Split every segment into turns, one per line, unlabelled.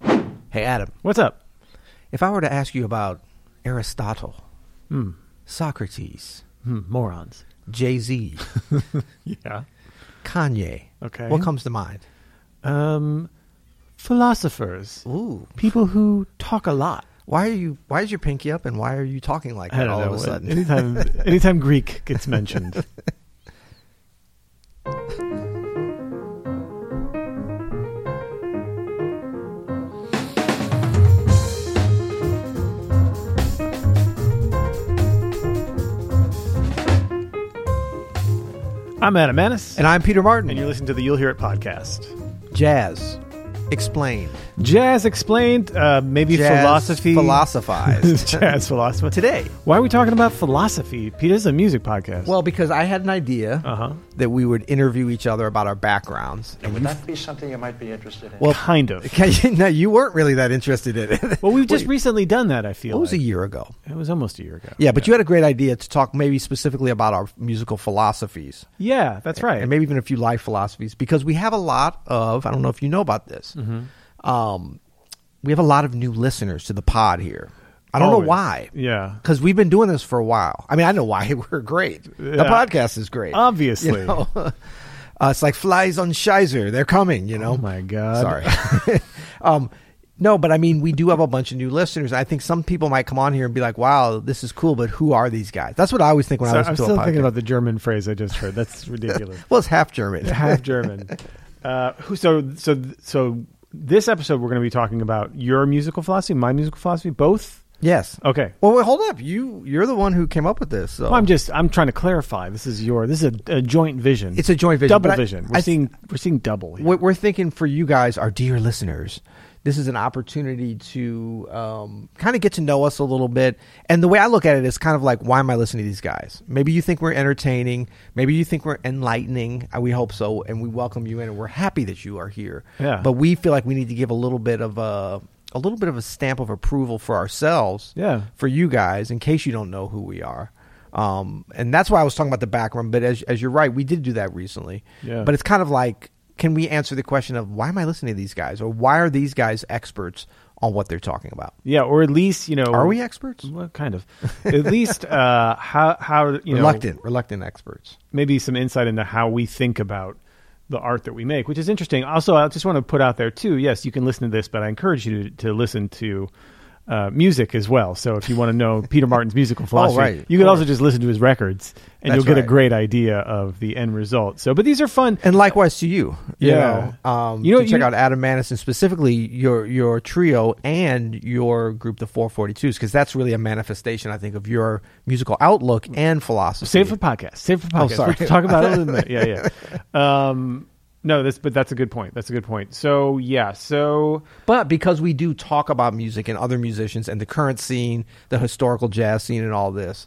Hey, Adam,
What's up?
if I were to ask you about Aristotle, Hmm, Socrates,
Hmm, morons.
Jay Z,
Yeah.
Kanye,
Okay.
what comes to mind?
Um, philosophers.
Ooh,
People who talk a lot.
why are you? Why is your pinky up, and why are you talking like
I
that
don't
all
know.
of a sudden?
Anytime, anytime Greek gets mentioned. I'm Adam Manis,
and I'm Peter Martin.
and you're listening to the You'll Hear It podcast.
Jazz, explain.
Jazz explained, uh, maybe
Jazz
philosophy.
philosophize
jazz philosophy.
today.
Why are we talking about philosophy? Peter, this is a music podcast.
Well, because I had an idea
uh huh.
that we would interview each other about our backgrounds.
Would that be something you might be interested in?
Well, kind of.
no, you weren't really that interested in it.
Well, we've just recently done that. I feel
What was a
like.
year ago?
It was almost a year ago.
Yeah, but you had a great idea to talk maybe specifically about our musical philosophies
yeah, that's right.
and maybe even a few life philosophies because we have a lot of, I don't know if you know about this,
Mm-hmm.
um, we have a lot of new listeners to the pod here. I don't know
Always.
why.
Yeah.
Because we've been doing this for a while. I mean, I know why we're great. The
Yeah. Um,
podcast is great.
Obviously.
You know? uh, it's like flies on Shizer. They're coming, you know?
Oh my god.
Sorry. um, no, but I mean, we do have a bunch of new listeners. I think some people might come on here and be like, "Wow, this is cool," but who are these guys? That's what I always think when
So
I
I'm
listen to
still
a podcast.
thinking about the German phrase I just heard. That's ridiculous.
well, it's half German.
Half German. Uh, who? So so so this episode we're going to be talking about your musical philosophy, my musical philosophy, both.
yes.
Okay.
Well, wait, hold up. You you're the one who came up with this. So
Well, I'm just I'm trying to clarify. This is your this is a, a joint vision.
It's a joint vision,
Double
but I-
vision. We're
I-
seeing we're seeing double. Here.
we're, we're thinking for you guys, our dear listeners, this is an opportunity to um, kind of get to know us a little bit. And the way I look at it is kind of like, why am I listening to these guys? Maybe you think we're entertaining. Maybe you think we're enlightening. Uh, We hope so, and we welcome you in, and we're happy that you are here.
Yeah.
But we feel like we need to give a little bit of a a little bit of a stamp of approval for ourselves
Yeah.
for you guys in case you don't know who we are. Um, and that's why I was talking about the background. But as, as you're right, we did do that recently.
Yeah.
But it's kind of like, can we answer the question of why am I listening to these guys? Or why are these guys experts on what they're talking about?
Yeah, or at least you know
Are we experts?
Well, kind of. At least uh, how how you know
reluctant, reluctant experts.
maybe some insight into how we think about the art that we make, which is interesting. Also, I just want to put out there too. Yes, you can listen to this, but I encourage you to, to listen to uh, music as well. So if you want to know Peter Martin's musical philosophy,
Oh, right,
you
of
could also just listen to his records, and
That's
you'll get
right.
a great idea of the end result. So, but these are fun.
And likewise to you. you
Yeah.
know, um,
You know,
to check
you-
out Adam Madison, specifically your your trio and your group, the 442s, because that's really a manifestation, I think, of your musical outlook and philosophy.
Save for podcast. Save for podcast.
Oh, sorry.
We'll talk about it in a minute. Yeah, yeah. Um, no, this, but that's a good point. That's a good point. So yeah, so
But because we do talk about music and other musicians and the current scene, the historical jazz scene, and all this,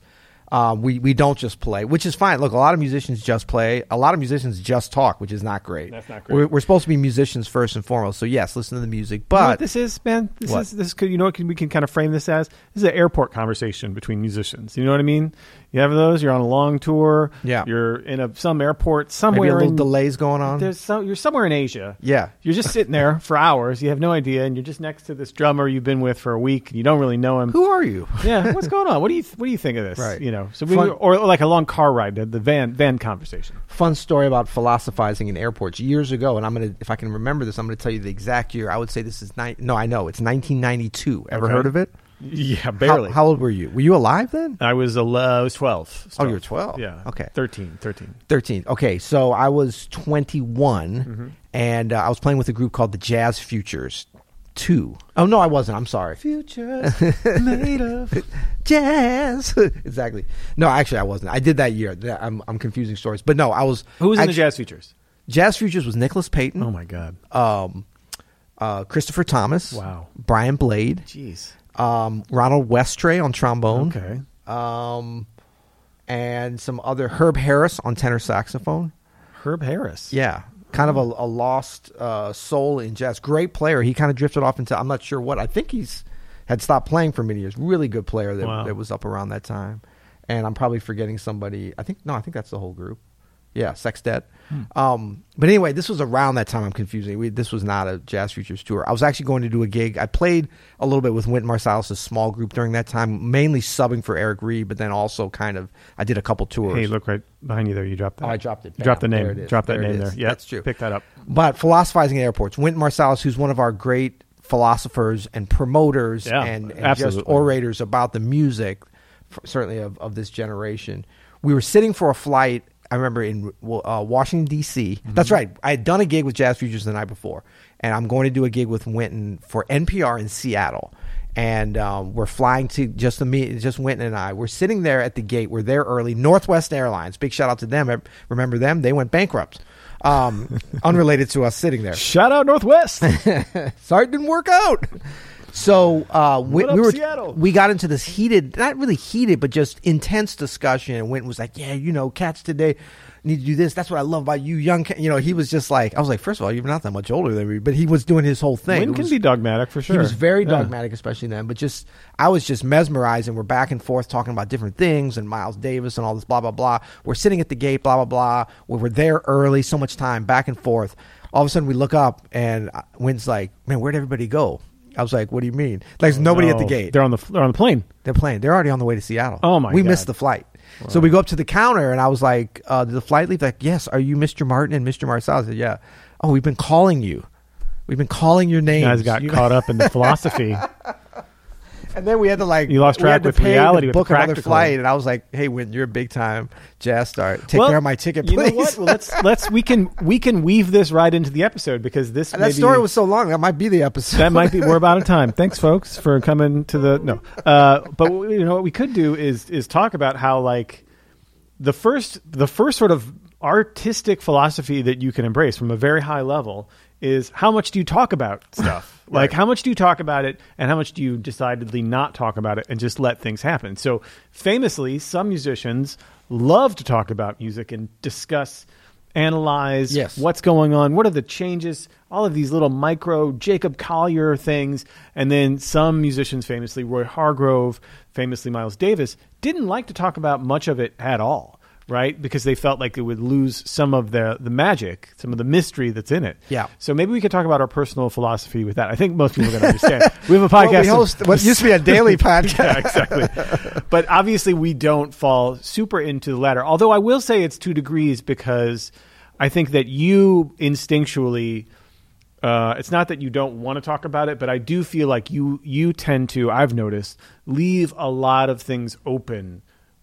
um, we we don't just play, which is fine. Look, a lot of musicians just play. A lot of musicians just talk, which is not great.
That's not great.
We're, we're supposed to be musicians first and foremost. So yes, listen to the music.
You know what
But
this is, man. This
What?
is this. Could, you know what can, we can kind of frame this as? This is an airport conversation between musicians. You know what I mean? You have those. You're on a long tour.
Yeah.
You're in a some airport
maybe
somewhere.
a little
in,
delays going on.
There's some. You're somewhere in Asia.
Yeah.
You're just sitting there for hours. You have no idea, and you're just next to this drummer you've been with for a week. And you don't really know him.
Who are you?
yeah. What's going on? What do you What do you think of this?
Right.
You know. So we
Fun-
or like a long car ride. The, the van van conversation.
fun story about philosophizing in airports years ago, and I'm gonna, if I can remember this, I'm gonna tell you the exact year. I would say this is nine. No, I know it's 1992. Ever
Okay.
heard of it?
Yeah.
How-
Barely.
How, old were you? Were you alive then?
I was a I was twelve.
Oh, you were 12.
Yeah.
Okay.
13, 13.
13. Okay, so I was 21,
Mm-hmm.
and uh, I was playing with a group called the Jazz Futures. Two. Oh no, I wasn't. I'm sorry.
Future made of.
Jazz. exactly. No, actually, I wasn't. I did that year. That- I'm, I'm confusing stories. But no, I was.
Who was in the
actu-
jazz features?
Jazz Futures was Nicholas Payton.
Oh my god!
um, uh, Christopher Thomas.
Wow.
Brian Blade.
Jeez.
Um, Ronald Westray on trombone.
Okay.
Um, and some other Herb Harris on tenor saxophone.
Herb Harris.
Yeah. Kind of a, a lost uh, soul in jazz. Great player. He kind of drifted off into I'm not sure what. I think he's had stopped playing for many years. Really good player that,
Wow.
that was up around that time. And I'm probably forgetting somebody. I think no, I think that's the whole group. Yeah, sextet.
Hmm.
Um, but anyway, this was around that time. I'm confusing. We, this was not a Jazz Futures tour. I was actually going to do a gig. I played a little bit with Wynton Marsalis' small group during that time, mainly subbing for Eric Reed, but then also kind of I did a couple tours.
Hey, look right behind you there. You dropped that.
Oh, I dropped it.
You dropped the
Bam.
name.
There it is.
Drop that
There it
name
is.
there. Yeah,
That's true.
Pick that up.
But philosophizing at airports. Wynton Marsalis, who's one of our great philosophers and promoters
Yeah,
and, and just
absolutely.
orators about the music, f- certainly of, of this generation. We were sitting for a flight. I remember in uh, Washington D.C. That's right. I had done a gig with Jazz Futures the night before, and I'm going to do a gig with Wynton for NPR in Seattle. And um, we're flying to just the me, just Wynton and I. We're sitting there at the gate. We're there early. Northwest Airlines. Big shout out to them. Remember them? They went bankrupt. Um, unrelated to us sitting there.
Shout out Northwest.
Sorry, it didn't work out. So uh, we,
What up,
we were
Seattle?
we got into this heated, not really heated, but just intense discussion. And Winton was like, "Yeah, you know, cats today need to do this. That's what I love about you, young. Ca-. You know, he was just like, I was like, first of all, you're not that much older than me, but he was doing his whole thing.
Wynn
It
can
was-
be dogmatic for sure.
he was very
Yeah.
dogmatic, especially then. But just, I was just mesmerized, and we're back and forth talking about different things and Miles Davis and all this blah blah blah. We're sitting at the gate, blah blah blah. We were there early, so much time back and forth. All of a sudden, we look up, and uh, Wynn's like, "Man, where'd everybody go?" I was like, "What do you mean?" Like, there's nobody at the
No,
gate.
Oh, They're on the they're on the plane.
They're playing. They're already on the way to Seattle.
Oh, my
We
God.
missed the flight. So we go up to the counter, and I was like, uh, "Did the flight leave?" Like, yes. Are you Mr. Martin and Mr. Marcel? I said, "Yeah." Oh, we've been calling you. We've been calling your name.
Guys got caught up in the philosophy.
And then we had to like
You lost
we had
track
to
with
pay to
reality, with the
book another
practical.
flight, and I was like, "Hey, Wynn, you're a big time jazz star. Take
Well,
care of my ticket,
You
please."
know what? Well, let's let's we can we can weave this right into the episode because this
that
maybe-
story was so long that might be the episode.
that might be we're about out of time. Thanks, folks, for coming to the no. Uh, but you know what we could do is is talk about how like the first the first sort of artistic philosophy that you can embrace from a very high level is how much do you talk about stuff like how much do you talk about it and how much do you decidedly not talk about it and just let things happen so famously some musicians love to talk about music and discuss analyze
Yes.
what's going on what are the changes all of these little micro jacob collier things and then some musicians famously roy hargrove famously miles davis didn't like to talk about much of it at all right because they felt like it would lose some of the the magic some of the mystery that's in it
Yeah.
so maybe we could talk about our personal philosophy with that i think most people are going to understand we have a podcast
Well, we host what used to be a daily podcast.
yeah, exactly. But obviously, we don't fall super into the latter. Although I will say it's two degrees because I think that you instinctually. Uh, it's not that you don't want to talk about it, but I do feel like you you tend to. I've noticed leave a lot of things open,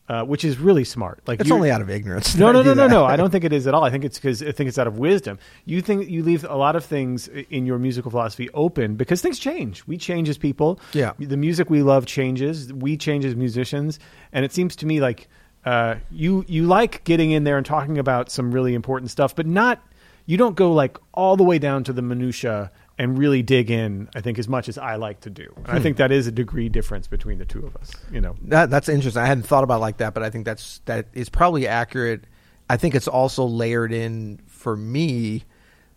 uh, which is really smart. Like
It's
you're-
only out of ignorance.
no,
that I
no,
do
no, no,
that.
no. I don't think it is at all. I think it's because I think it's out of wisdom. You think you leave a lot of things i- in your musical philosophy open because things change. We change as people.
Yeah.
The music we love changes. We change as musicians, and it seems to me like uh, you you like getting in there and talking about some really important stuff, but not you don't go like all the way down to the minutia and really dig in. I think as much as I like to do. And I
Hmm.
think that is a degree difference between the two of us. You know.
That, that's interesting. I hadn't thought about it like that, but I think that's that is probably accurate. I think it's also layered in for me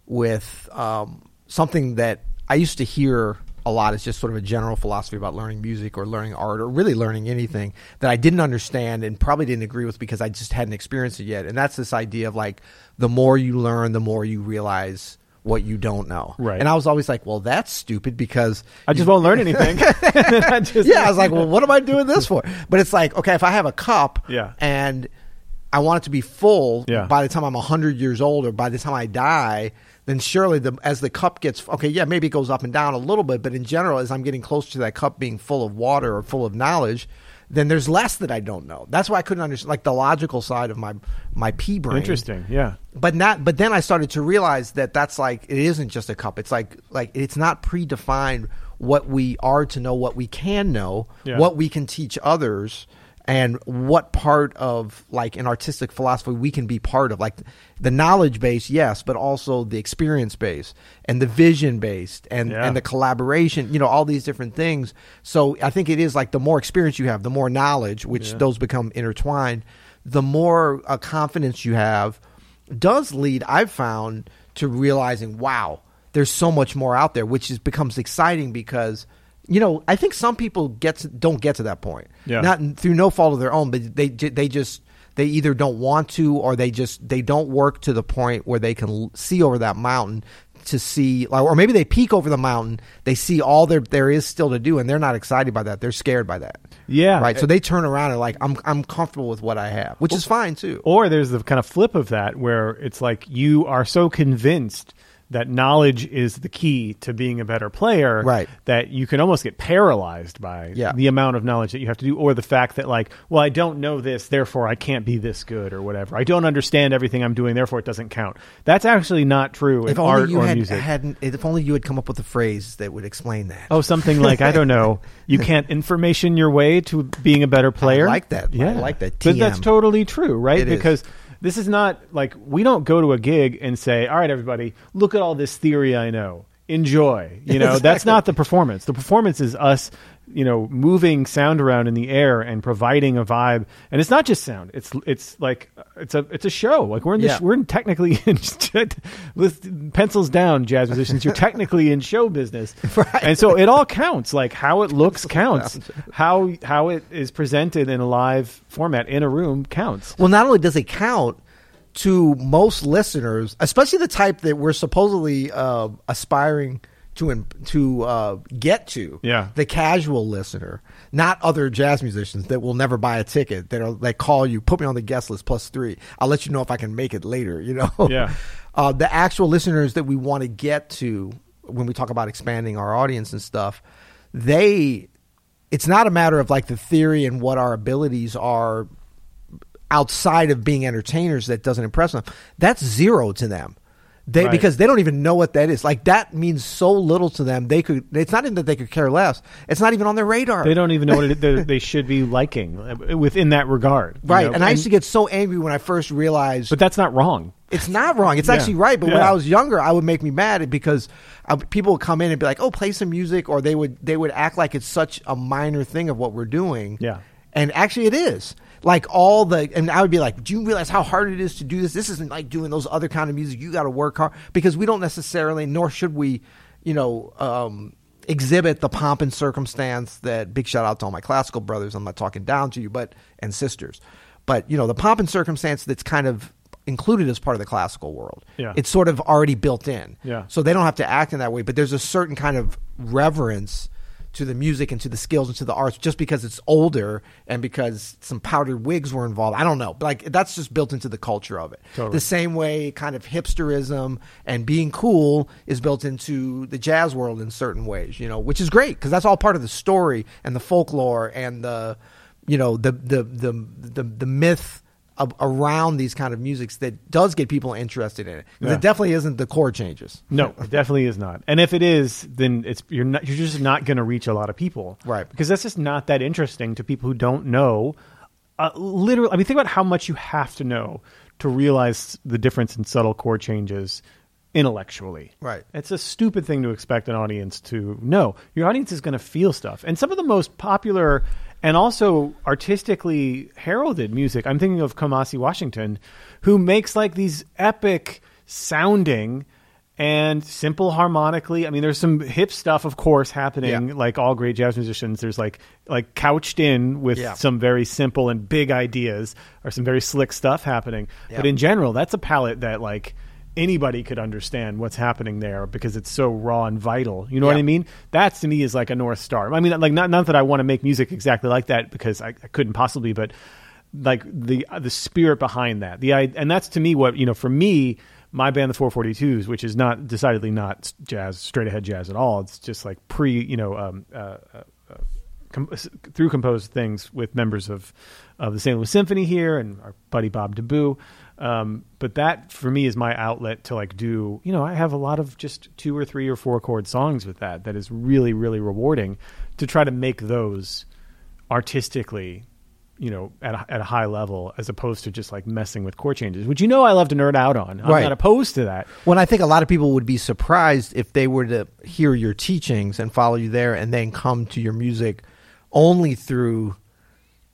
with um, something that I used to hear a lot is just sort of a general philosophy about learning music or learning art or really learning anything that I didn't understand and probably didn't agree with because I just hadn't experienced it yet. And that's this idea of like the more you learn, the more you realize what you don't know.
Right.
And I was always like, well, that's stupid because
I just won't learn anything. I just-
yeah, I was like, well, what am I doing this for? But it's like, okay, if I have a cup
Yeah.
and I want it to be full
Yeah.
by the time I'm 100 years old or by the time I die, then surely the, as the cup gets, okay, yeah, maybe it goes up and down a little bit, but in general, as I'm getting closer to that cup being full of water or full of knowledge, then there's less that I don't know. That's why I couldn't understand, like the logical side of my my pea brain
Interesting. Yeah.
but not but then i started to realize that that's like it isn't just a cup it's like like it's not predefined what we are to know what we can know
Yeah.
what we can teach others and what part of like an artistic philosophy we can be part of like the knowledge base yes but also the experience base and the vision based and
Yeah.
and the collaboration you know all these different things so i think it is like the more experience you have the more knowledge which those become intertwined the more uh, confidence you have does lead i've found to realizing wow there's so much more out there which is becomes exciting because you know i think some people get to, don't get to that point
Yeah.
not through no fault of their own but they ju- they just they either don't want to or they just they don't work to the point where they can l- see over that mountain to see like, or maybe they peek over the mountain they see all there there is still to do and they're not excited by that they're scared by that
Yeah.
right so they turn around and like i'm i'm comfortable with what i have which is fine too
Or there's the kind of flip of that where it's like you are so convinced that knowledge is the key to being a better player
Right.
that you can almost get paralyzed by
Yeah.
the amount of knowledge that you have to do or the fact that like well I don't know this therefore I can't be this good or whatever I don't understand everything I'm doing therefore it doesn't count that's actually not true
if
in
only
art
you
or
had
music
hadn't if only you had come up with a phrase that would explain that
oh something like I don't know you can't information your way to being a better player
like that. I like that.
but that's
TM.
totally true right
It is.
because this is not like we don't go to a gig and say, "All right, everybody, look at all this theory I know. Enjoy." You know, that's
Exactly.
not the performance. The performance is us, you know, moving sound around in the air and providing a vibe. And it's not just sound. It's it's like it's a it's a show. Like we're in the
Yeah.
sh- we're in technically in list- pencils down jazz musicians. You're technically in show business.
Right.
And so it all counts. Like how it looks counts. How how it is presented in a live format in a room counts.
Well, not only does it count to most listeners, especially the type that we're supposedly uh, aspiring to im- to uh, get to,
Yeah.
the casual listener, not other jazz musicians that will never buy a ticket that are that call you, put me on the guest list plus three. I'll let you know if I can make it later. You know,
Yeah.
uh, the actual listeners that we want to get to when we talk about expanding our audience and stuff, they. It's not a matter of like the theory and what our abilities are outside of being entertainers that doesn't impress them that's zero to them they
Right.
because they don't even know what that is like that means so little to them they could it's not even that they could care less it's not even on their radar
They don't even know what it, they, they should be liking uh, within that regard. you
right
know?
and i used to get so angry when i first realized
but that's not wrong.
It's not wrong. It's
Yeah.
actually right. But when
Yeah.
I was younger, I would make me mad because uh, people would come in and be like, "Oh, play some music," or they would they would act like it's such a minor thing of what we're doing.
Yeah.
and actually, it is. Like all the, and I would be like, "Do you realize how hard it is to do this? This isn't like doing those other kind of music. You got to work hard because we don't necessarily, nor should we, you know." Um, exhibit the pomp and circumstance that big shout out to all my classical brothers i'm not talking down to you but and sisters but you know the pomp and circumstance that's kind of included as part of the classical world.
Yeah.
It's sort of already built in.
Yeah.
So they don't have to act in that way, but there's a certain kind of reverence to the music and to the skills and to the arts just because it's older and because some powdered wigs were involved. I don't know. Like that's just built into the culture of it.
Totally.
The same way kind of hipsterism and being cool is built into the jazz world in certain ways, you know, which is great because that's all part of the story and the folklore and the you know the the the the, the myth of, around these kind of musics that does get people interested in it. 'Cause
Yeah.
It definitely isn't the chord changes.
No, it definitely is not. And if it is, then it's you're not you're just not going to reach a lot of people,
Right.
Because that's just not that interesting to people who don't know. Uh, literally, I mean, think about how much you have to know to realize the difference in subtle chord changes intellectually.
Right.
It's a stupid thing to expect an audience to know. Your audience is going to feel stuff, and some of the most popular and also artistically heralded music. I'm thinking of Kamasi Washington, who makes like these epic sounding and simple harmonically. I mean, there's some hip stuff, of course, happening.
Yeah.
Like all great jazz musicians, there's like like couched in with
Yeah.
some very simple and big ideas or some very slick stuff happening. But
Yeah.
in general, that's a palette that like anybody could understand what's happening there because it's so raw and vital. You know what
Yeah.
I mean? That to me is like a north star. I mean, like not not that I want to make music exactly like that because I, I couldn't possibly, but like the the spirit behind that. The i- and that's to me what you know for me. My band, the 442s, which is not decidedly not jazz, straight ahead jazz at all. It's just like pre, you know, um, uh, com- s- through composed things with members of, of the St. Louis Symphony here and our buddy Bob DeBoo. Um, but that for me is my outlet to like do, you know, I have a lot of just two or three or four chord songs with that. That is really, really rewarding to try to make those artistically, you know, at a, at a high level as opposed to just like messing with chord changes, which you know I love to nerd out on. I'm
Right.
not opposed to that.
Well, and I think a lot of people would be surprised if they were to hear your teachings and follow you there and then come to your music only through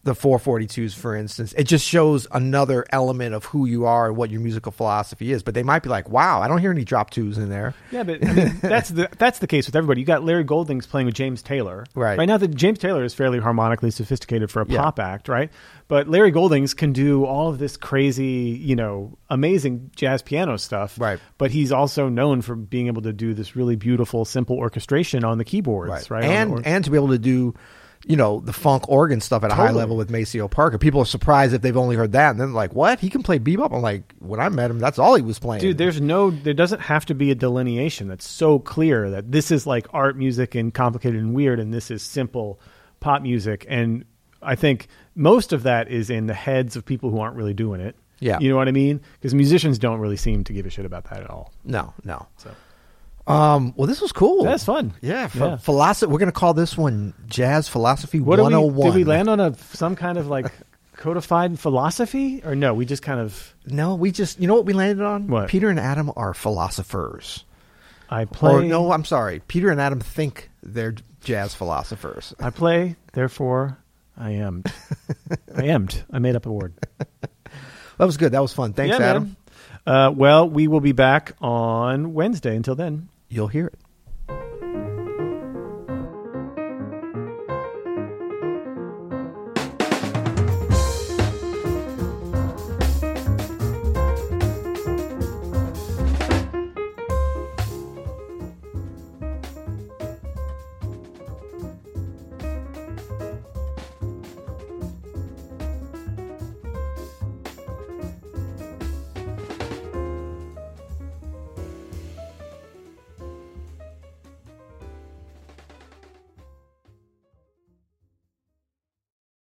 the 442s, for instance, it just shows another element of who you are and what your musical philosophy is. But they might be like, wow, I don't hear any drop twos in there.
Yeah, but I mean, that's the that's the case with everybody. You got Larry Golding's playing with James Taylor,
Right.
Right now, that James Taylor is fairly harmonically sophisticated for a
Yeah.
pop act, right? But Larry Golding's can do all of this crazy, you know, amazing jazz piano stuff,
Right.
But he's also known for being able to do this really beautiful, simple orchestration on the keyboards, right? On
And
the or-
and to be able to do, you know, the funk organ stuff at a high
Totally.
level with Maceo Parker. People are surprised if they've only heard that, and then like, what? He can play bebop. I'm like, when I met him, that's all he was playing.
Dude, there's no, there doesn't have to be a delineation that's so clear that this is like art music and complicated and weird, and this is simple pop music. And I think most of that is in the heads of people who aren't really doing it.
Yeah.
You know what I mean? Because musicians don't really seem to give a shit about that at all.
no, no.
So
Um, well, this was cool.
that's fun.
Yeah, ph-
Yeah.
philosophy. We're gonna call this one Jazz Philosophy
What do
One Hundred
we,
and One.
did we land on a, some kind of like codified philosophy or no? We just kind of,
No, we just. You know what we landed on?
What?
Peter and Adam are philosophers.
I play,
Or no, I'm sorry. Peter and Adam think they're jazz philosophers.
I play, therefore I am. I am. I made up a word.
That was good. That was fun. Thanks,
Yeah,
Adam.
man. Uh, well, we will be back on Wednesday. Until then.
You'll hear it.